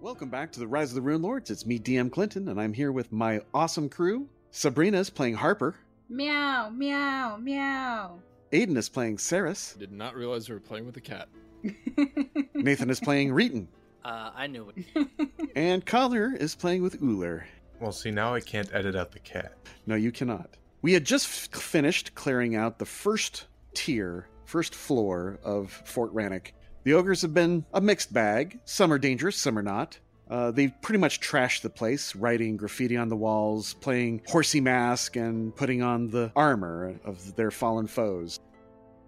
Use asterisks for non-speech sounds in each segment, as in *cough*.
Welcome back to the Rise of the Rune Lords. It's me, DM Clinton, and I'm here with my awesome crew. Sabrina's playing Harper. Meow, meow, meow. Aiden is playing Saris. Did not realize we were playing with a cat. Nathan is *laughs* playing Reeton. Uh, I knew it. And Connor is playing with Uller. Well, see, now I can't edit out the cat. No, you cannot. We had just f- finished clearing out the first tier, first floor of Fort Rannoch. The ogres have been a mixed bag. Some are dangerous, some are not. Uh, they pretty much trashed the place, writing graffiti on the walls, playing horsey mask, and putting on the armor of their fallen foes.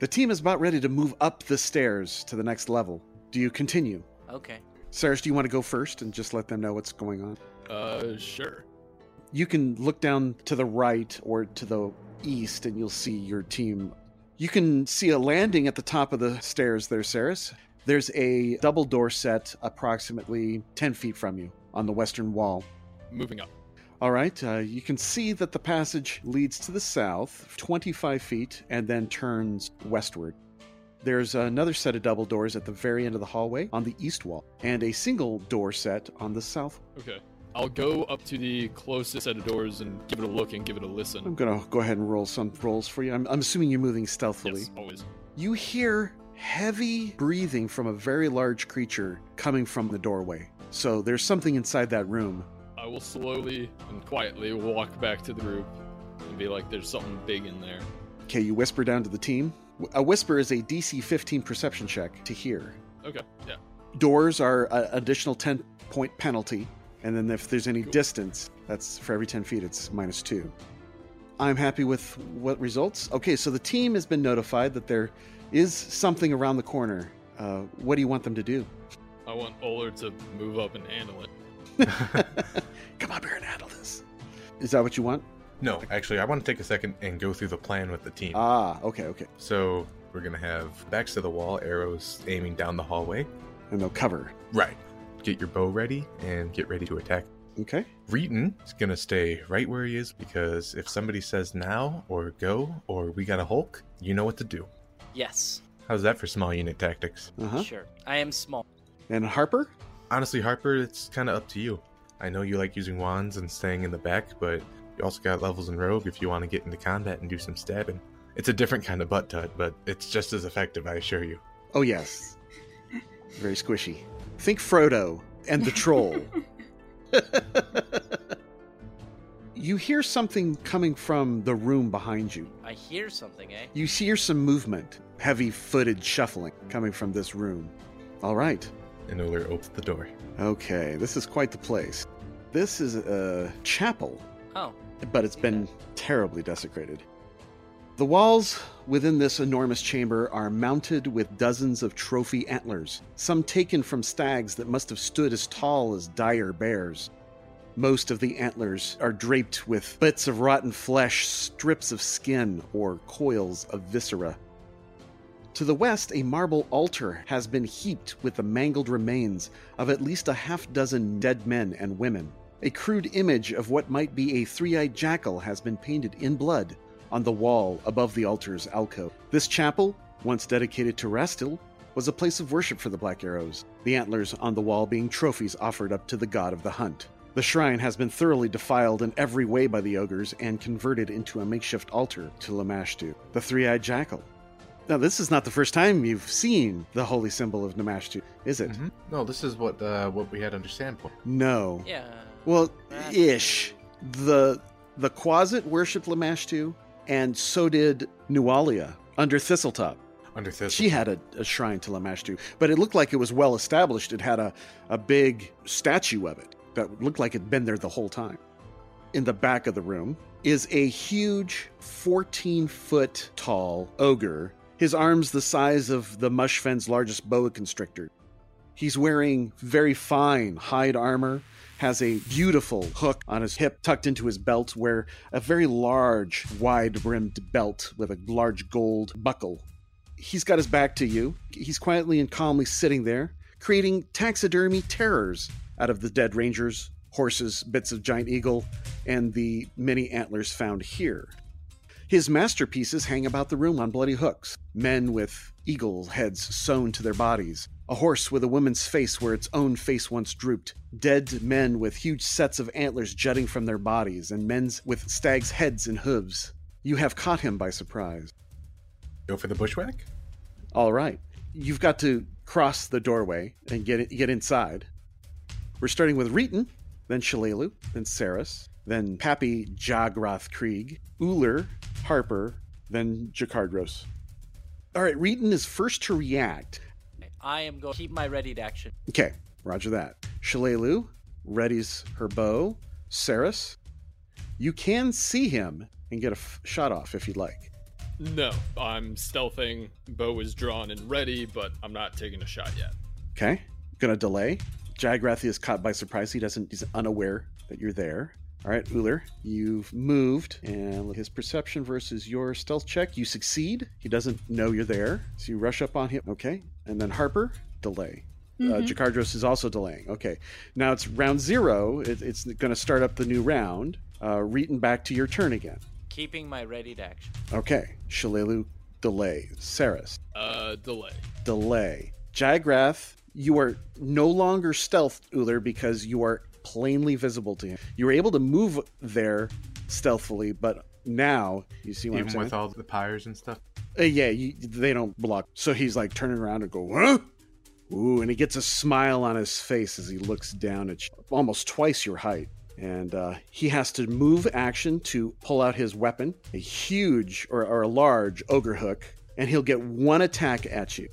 The team is about ready to move up the stairs to the next level. Do you continue? Okay. Saris, do you want to go first and just let them know what's going on? Uh, sure. you can look down to the right or to the east and you'll see your team. You can see a landing at the top of the stairs there, Saris. There's a double door set approximately 10 feet from you on the western wall. Moving up. All right, uh, you can see that the passage leads to the south 25 feet and then turns westward. There's another set of double doors at the very end of the hallway on the east wall, and a single door set on the south Okay. I'll go up to the closest set of doors and give it a look and give it a I'm listen. gonna go ahead and roll some rolls for you. I'm, I'm assuming you're moving stealthily. Yes, always. You hear heavy breathing from a very large creature coming from the doorway. So there's something inside that room. I will slowly and quietly walk back to the group and be like, there's something big in there. Okay, you whisper down to the team. W- A whisper is a DC 15 perception check to hear. Okay, yeah. Doors are an additional 10 point penalty, and then if there's any distance, that's for every 10 feet, it's minus two. I'm happy with what results. Okay, so the team has been notified that there is something around the corner. Uh, what do you want them to do? *laughs* I want Oler to move up and handle it. Come up here and handle this. Is that what you want? No, actually, I want to take a second and go through the plan with the team. Ah, okay, okay. so we're gonna have backs to the wall, arrows aiming down the hallway. And they'll cover. Right. Get your bow ready and get ready to attack. Okay. Reeton is gonna stay right where he is because if somebody says now or go or we got a Hulk, you know what to do. Yes. How's that for small unit tactics? Uh huh. Sure. I am small. And Harper? Honestly, Harper, it's kind of up to you. I know you like using wands and staying in the back, but you also got levels in Rogue if you want to get into combat and do some stabbing. It's a different kind of butt tut, but it's just as effective, I assure you. Oh, yes. Very squishy. Think Frodo and the troll. you hear something coming from the room behind you. I hear something, eh? You hear some movement, heavy footed shuffling coming from this room. All right. And Uller opens the door. Okay, this is quite the place. This is a chapel Oh, but it's been terribly desecrated. The walls within this enormous chamber are mounted with dozens of trophy antlers, some taken from stags that must have stood as tall as dire bears. Most of the antlers are draped with bits of rotten flesh, strips of skin, or coils of viscera. To the west, a marble altar has been heaped with the mangled remains of at least a half dozen dead men and women. A crude image of what might be a three eyed jackal has been painted in blood on the wall above the altar's alcove. This chapel, once dedicated to Rastil, was a place of worship for the Black Arrows, the antlers on the wall being trophies offered up to the god of the hunt. The shrine has been thoroughly defiled in every way by the ogres and converted into a makeshift altar to Lamashtu, the three eyed jackal. Now, this is not the first time you've seen the holy symbol of Namashtu, is it? Mhm. No, this is what uh, what we had under Sandpoint. No. yeah. Well, That's- ish. The the Quasit worshipped Lamashtu, and so did Nualia under Thistletop. Under Thistle. She had a, a shrine to Lamashtu, but it looked like it was well established. It had a, a big statue of it that looked like it'd been there the whole time. In the back of the room is a huge 14 foot tall ogre, his arms the size of the Mushfen's largest boa constrictor. He's wearing very fine hide armor, has a beautiful hook on his hip tucked into his belt, where a very large, wide brimmed belt with a large gold buckle he's got his back to you. He's quietly and calmly sitting there, creating taxidermy terrors out of the dead rangers, horses, bits of giant eagle, and the many antlers found here. His masterpieces hang about the room on bloody hooks, men with eagle heads sewn to their bodies, A horse with a woman's face where its own face once drooped. Dead men with huge sets of antlers jutting from their bodies, and men with stags' heads and hooves. You have caught him by surprise. Go for the bushwhack? All right. You've got to cross the doorway and get get inside. We're starting with Reeton, then Shalalu, then Saris, then Pappy Jagroth Krieg, Uller, Harper, then Jacardros. All right, Reeton is first to react. I am going to keep my readied action. Okay, roger that. Shalalu readies her bow. Saris, you can see him and get a f- shot off if you'd like. No, I'm stealthing. Bow is drawn and ready, but I'm not taking a shot yet. Okay, gonna delay. Jagrathi is caught by surprise. He doesn't. He's unaware that you're there. All right, Uller, you've moved, and with his perception versus your stealth check, you succeed. He doesn't know you're there, so you rush up on him. Okay, and then Harper delay. Uh, Mhm. Jakardros is also delaying. Okay, now it's round zero. It, it's going to start up the new round. Uh, Reeton, back to your turn again. Keeping my readied action. Okay, Shalelu delay. Saris Uh, delay. delay. Jagrath, you are no longer stealthed, Uller, because you are plainly visible to him. You were able to move there stealthily, but now you see what Even I'm saying. with all the pyres and stuff? Uh, yeah, you, they don't block. So he's like turning around and go, huh? Ooh, and he gets a smile on his face as he looks down at you, almost twice your height. And uh, he has to move action to pull out his weapon, a huge or, or a large ogre hook, and he'll get one attack at you.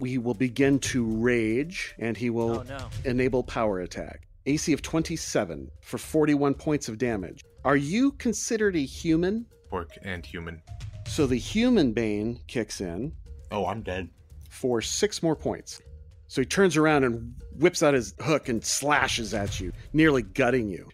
We will begin to rage, and he will Oh no. enable power attack. AC of 27 for 41 points of damage. Are you considered a human? Pork and human. So the human bane kicks in Oh, I'm dead. for six more points. So he turns around and whips out his hook and slashes at you, nearly gutting you.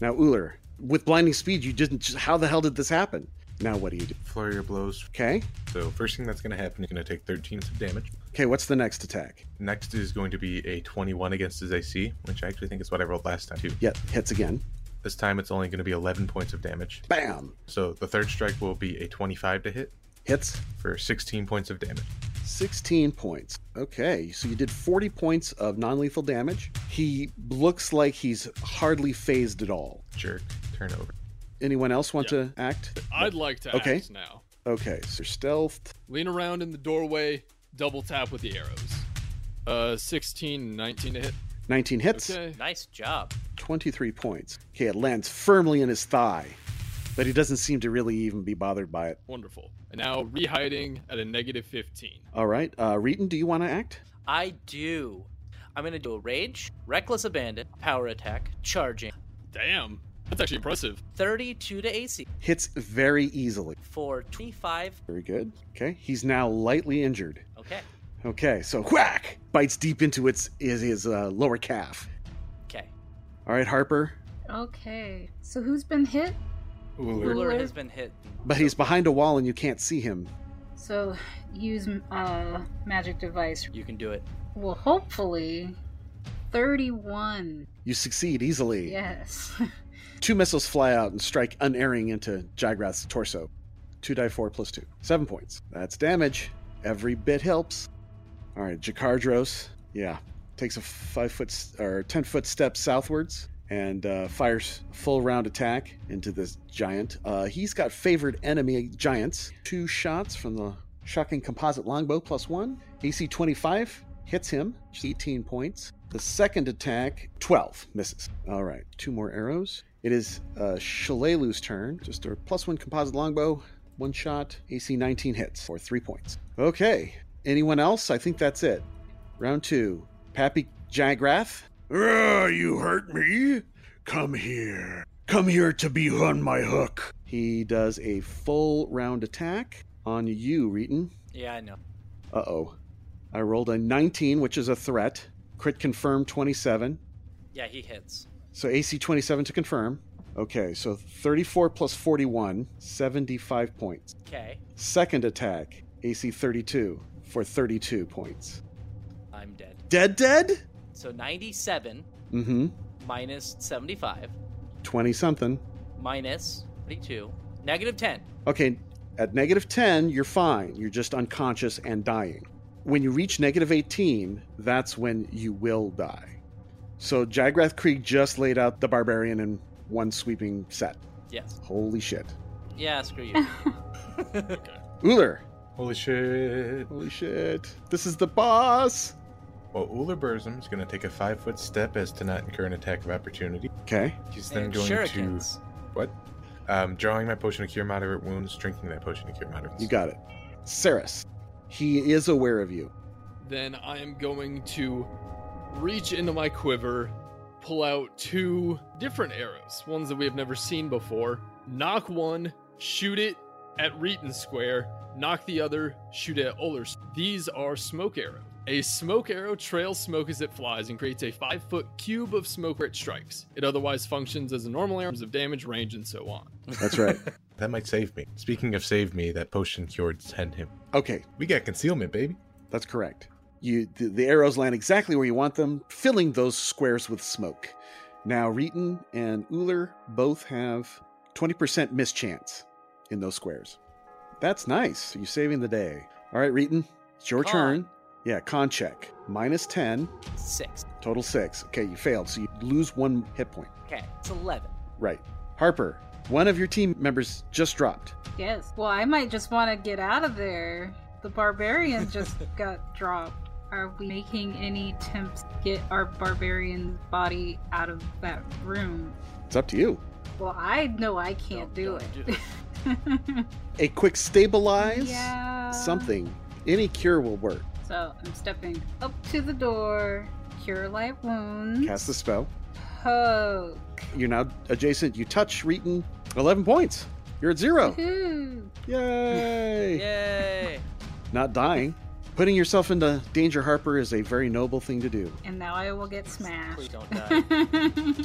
Now, Uller, with blinding speed, you didn't. How the hell did this happen? Now, what do you do? Flurry of blows. Okay. So, first thing that's going to happen, you're going to take 13 of damage. Okay, what's the next attack? Next is going to be a 21 against his AC, which I actually think is what I rolled last time, too. Yep, hits again. This time it's only going to be 11 points of damage. Bam! So, the third strike will be a 25 to hit Hits for 16 points of damage. 16 points. Okay, so you did 40 points of non lethal damage. He looks like he's hardly phased at all. Jerk. Turnover. Anyone else want Yeah. to act? I'd like to Okay. act now. Okay, so stealth. Lean around in the doorway, double tap with the arrows. Uh, 16, 19 to hit. 19 hits. Okay. Nice job. 23 points. Okay, it lands firmly in his thigh, but he doesn't seem to really even be bothered by it. Wonderful. And now rehiding at a negative 15. All right, uh, Reeton, do you want to act? I do. I'm gonna do a rage, reckless abandon, power attack, charging, Damn. That's actually impressive. 32 to AC Hits very easily. for 25. Very good. Okay, he's now lightly injured. Okay. Okay, so whack! Bites deep into its his, his uh, lower calf. Okay. All right, Harper, Okay. So who's been hit? Ooh, Ruler Ruler. has been hit. but he's behind a wall and you can't see him. So use uh magic device. You can do it. Well, hopefully, thirty-one. You succeed easily. Yes. *laughs* Two missiles fly out and strike unerring into Jagrath's torso. Two die four plus two. Seven points. That's damage. Every bit helps. All right, Jakardros. Yeah, takes a five foot s- or ten foot step southwards and uh, fires full round attack into this giant. Uh, he's got favored enemy giants. Two shots from the shocking composite longbow plus one. AC 25 hits him, 18 points. The second attack, 12 misses. All right, two more arrows. It is uh, Shalalu's turn. Just a plus one composite longbow, one shot. AC 19 hits for three points. Okay, anyone else? I think that's it. Round two. Pappy Jagrath. Ah, you hurt me? Come here. Come here to be on my hook. He does a full round attack on you, Reeton. Yeah, I know. Uh oh. I rolled a 19, which is a threat. Crit confirmed 27. Yeah, he hits. So AC 27 to confirm. Okay, so 34 plus 41, 75 points. Okay. Second attack, AC 32 for 32 points. I'm dead. Dead, dead? So 97 Mm hmm. minus 75 20 something. minus 32, negative 10. Okay, at negative 10, you're fine. You're just unconscious and dying. When you reach negative 18, that's when you will die. So Jagrath Krieg just laid out the barbarian in one sweeping set. Yes. Holy shit. Yeah, screw you. Uller. Holy shit. Holy shit. This is the boss. Well, Uller Burzum is going to take a five foot step as to not incur an attack of opportunity. Okay. He's then and going shurikens. to. What? Um, drawing my potion of cure moderate wounds, drinking that potion of cure moderate wounds. You got it. Saris. He is aware of you. Then I am going to reach into my quiver, pull out two different arrows, ones that we have never seen before. Knock one, shoot it at Reeton Square. Knock the other, shoot it at Ollers. These are smoke arrows. A smoke arrow trails smoke as it flies and creates a five foot cube of smoke where it strikes. It otherwise functions as a normal arrow in terms of damage, range, and so on. That's *laughs* right. That might save me. Speaking of save me, that potion cured 10 him. okay. We got concealment, baby. That's correct. You the, the arrows land exactly where you want them, filling those squares with smoke. Now Reeton and Uller both have 20% mischance in those squares. That's nice. You're saving the day. All right, Reeton, it's your Con. turn. Yeah, con check. Minus 10, Six. total 6. Okay, you failed, so you lose one hit point. Okay, it's 11. Right. Harper, one of your team members just dropped. Yes. Well, I might just want to get out of there. The barbarian just got dropped. Are we making any attempts to get our barbarian's body out of that room? It's up to you. Well, I know I can't do Don't- it. don't *laughs* A quick stabilize, yeah. something. Any cure will work. So I'm stepping up to the door. Cure light wounds. Cast the spell. Poke. You're now adjacent. You touch Reeton. 11 points. You're at zero. Woohoo. Yay. Yay! Not dying. Putting yourself into danger, Harper, is a very noble thing to do. And now I will get Please smashed. don't die.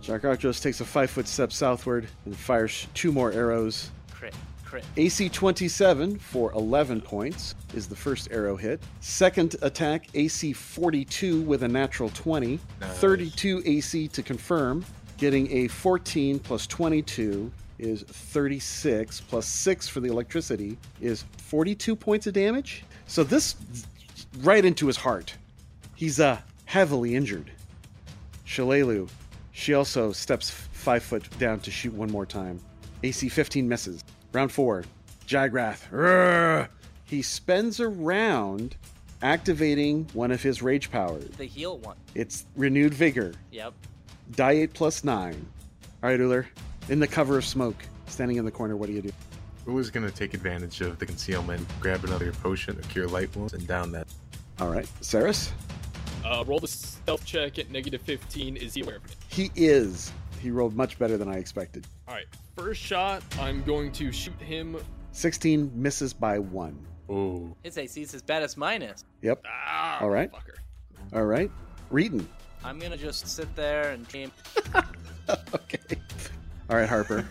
Jack Arctos takes a five foot step southward and fires two more arrows. Crit, crit. AC 27 for 11 points is the first arrow hit. Second attack, AC 42 with a natural 20. Nice. 32 AC to confirm. Getting a 14 plus 22 is 36, plus 6 for the electricity is 42 points of damage. So this right into his heart. He's uh, heavily injured. Shalelu, she also steps f- five foot down to shoot one more time. AC 15 misses. Round four, Jagrath. Roar! He spends a round activating one of his rage powers. The heal one. It's renewed vigor. Yep. Die 8 plus 9. All right, Uller. In the cover of smoke, standing in the corner, what do you do? Who's going to take advantage of the concealment, grab another potion of cure light wounds, and down that? All right, Saris? Uh, roll the stealth check at negative 15. Is he aware of it? He is. He rolled much better than I expected. All right, first shot, I'm going to shoot him. 16 misses by 1. Oh, His AC is as bad as mine is. Yep. Ah, All right. Fucker. All right. Reeton. I'm gonna just sit there and aim. Okay. All right, Harper.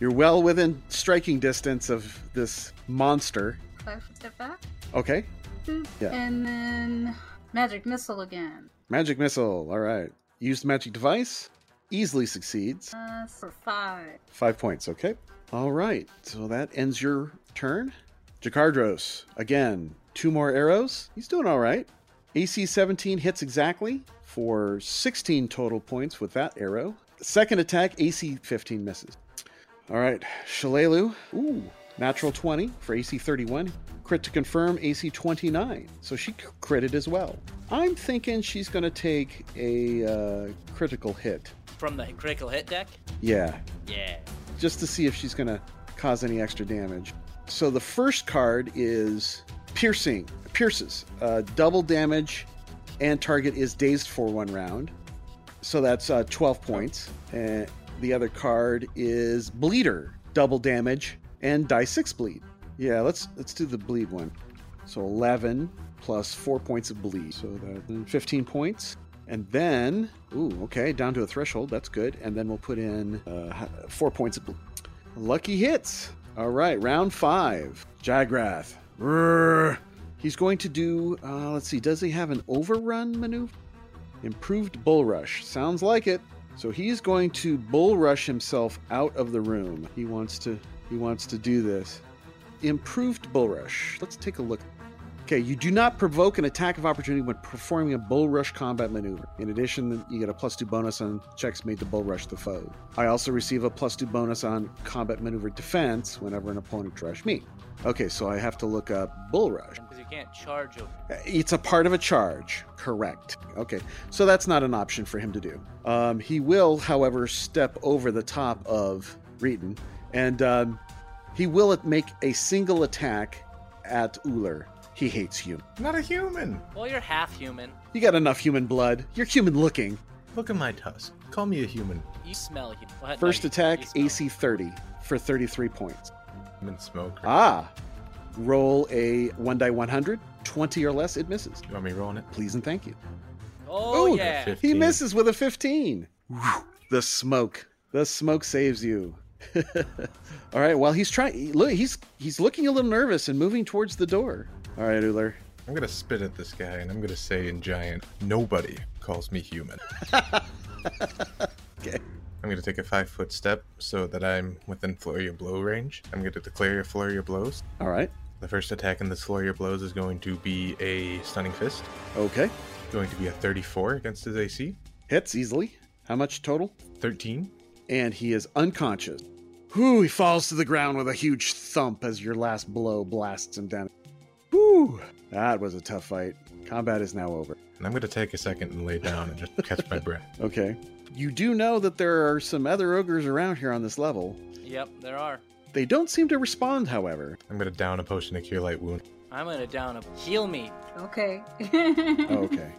You're well within striking distance of this monster. Five step back. Okay. Boop. Yeah. And then magic missile again. Magic missile. All right. Used magic device. Easily succeeds. Uh, for five. Five points. Okay. All right. So that ends your turn. Jakardros. Again, two more arrows. He's doing all right. AC 17 hits exactly for 16 total points with that arrow. Second attack, AC 15 misses. All right, Shalelu. Ooh, natural 20 for AC 31. Crit to confirm, AC 29. So she c- critted as well. I'm thinking she's going to take a uh, critical hit. From the critical hit deck? Yeah, Yeah. just to see if she's going to cause any extra damage. So the first card is piercing, pierces, uh, double damage, and target is dazed for one round. So that's uh, 12 points. And the other card is bleeder, double damage, and die six bleed. Yeah, let's let's do the bleed one. So 11 plus four points of bleed, so that 15 points. And then, ooh, okay, down to a threshold. That's good. And then we'll put in uh, four points of bleed. Lucky hits. All right, round five. Jagrath. Roar. He's going to do, uh, let's see, does he have an overrun maneuver? Improved bull rush. Sounds like it. So he's going to bull rush himself out of the room. He wants to he wants to do this. Improved bull rush. Let's take a look. Okay, you do not provoke an attack of opportunity when performing a bull rush combat maneuver. In addition, you get a plus two bonus on checks made to bull rush the foe. I also receive a plus two bonus on combat maneuver defense whenever an opponent tries me. Okay, so I have to look up bull rush. Because you can't charge over. It's a part of a charge. Correct. Okay. So that's not an option for him to do. Um, he will, however, step over the top of Reeton, and um, he will make a single attack at Uller. He hates you. I'm not a human. Well, you're half human. You got enough human blood. You're human looking. Look at my tusk. Call me a human. You smell human. Well, no, First you- attack, you smell. AC 30 for 33 points. I'm in smoke. Ah. Roll a 1 die 100. 20 or less, it misses. You want me rolling it? Please and thank you. Oh, Ooh, yeah. fifth. He 15. misses with a 15. Whew. The smoke. The smoke saves you. *laughs* All right, well he's trying look he's he's looking a little nervous and moving towards the door. All right, Uller. I'm gonna spit at this guy and I'm gonna say in giant, nobody calls me human. Okay. I'm gonna take a five foot step so that I'm within flurry of blow range. I'm gonna declare a flurry of blows. All right. The first attack in this flurry of blows is going to be a stunning fist. Okay. Going to be a 34 against his AC. Hits easily. How much total? 13. And he is unconscious. Whew, he falls to the ground with a huge thump as your last blow blasts him down. Whew. That was a tough fight. Combat is now over. And I'm gonna take a second and lay down and just catch my breath. Okay. You do know that there are some other ogres around here on this level. Yep, there are. They don't seem to respond, however. I'm gonna down a potion to cure light wound. I'm gonna down him. Heal me. Okay. *laughs* Oh, okay.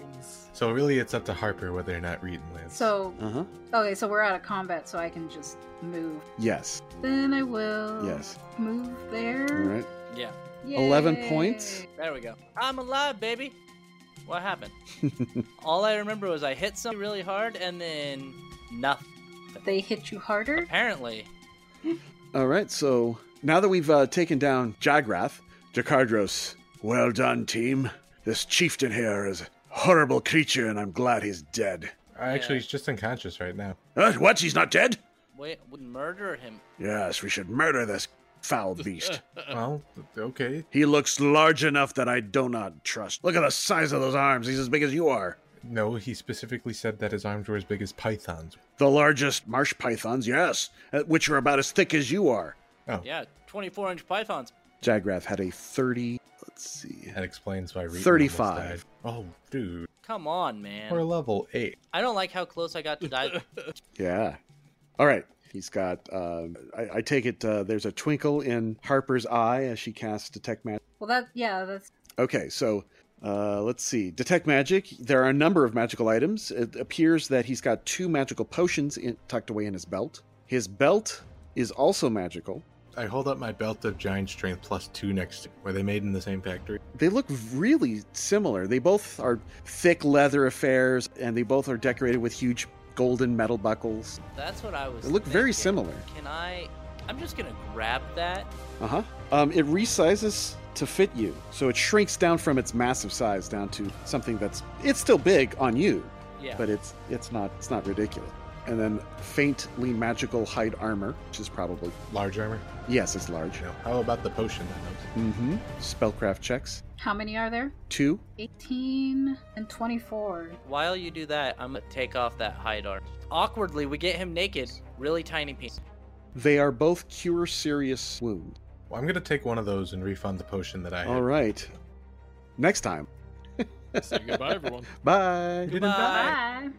So really, it's up to Harper whether or not Reed lives. So, Uh huh. okay, so we're out of combat, so I can just move. Yes. Then I will Yes. move All there. right. Yeah, 11 Yay. points. there we go. I'm alive, baby. What *laughs* happened? All I remember was I hit something really hard and then nothing. They hit you harder? Apparently. All right. So now that we've uh, taken down Jagrath, Jakardros, well done, team. This chieftain here is a horrible creature, and I'm glad he's dead. Actually, he's just unconscious right now. Uh, what? He's not dead? Wait, would murder him. Yes, we should murder this foul beast. Well, okay. he looks large enough that I do not trust. Look at the size of those arms. He's as big as you are. No, he specifically said that his arms were as big as pythons. The largest marsh pythons, yes, uh, which are about as thick as you are. Oh, Yeah, 24 inch pythons. Jagrath had a 30. Let's see. that explains why Reed almost 35. died. Oh, dude, Come on, we're man. level eight. I don't like how close I got to die. Yeah. All right. He's got. Uh, I, I take it uh, there's a twinkle in Harper's eye as she casts detect magic. Well, that, yeah, that's. Okay, so uh, let's see. Detect magic. There are a number of magical items. It appears that he's got two magical potions in, tucked away in his belt. His belt is also magical. I hold up my belt of giant strength plus two next. to Were they made in the same factory? They look really similar. They both are thick leather affairs, and they both are decorated with huge golden metal buckles. That's what I was. They look very thinking. similar. Can I? I'm just gonna grab that. Uh huh. Um, it resizes to fit you, so it shrinks down from its massive size down to something that's it's still big on you, Yeah. but it's it's not it's not ridiculous. And then faintly magical hide armor, which is probably Large armor? yes, it's large. No. How about the potion? That Mm-hmm. Spellcraft checks How many are there? two. 18 and 24. While you do that, I'm gonna take off that hide art. Awkwardly, we get him naked. Really tiny piece. They are both cure serious wounds. well, I'm gonna take one of those and refund the potion that I had. All right. Next time. Say goodbye, everyone. Bye. You didn't Goodbye. die. Bye.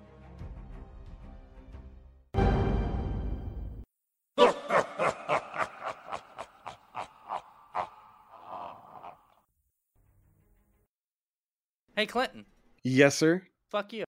Hey, Clinton. Yes, sir. Fuck you.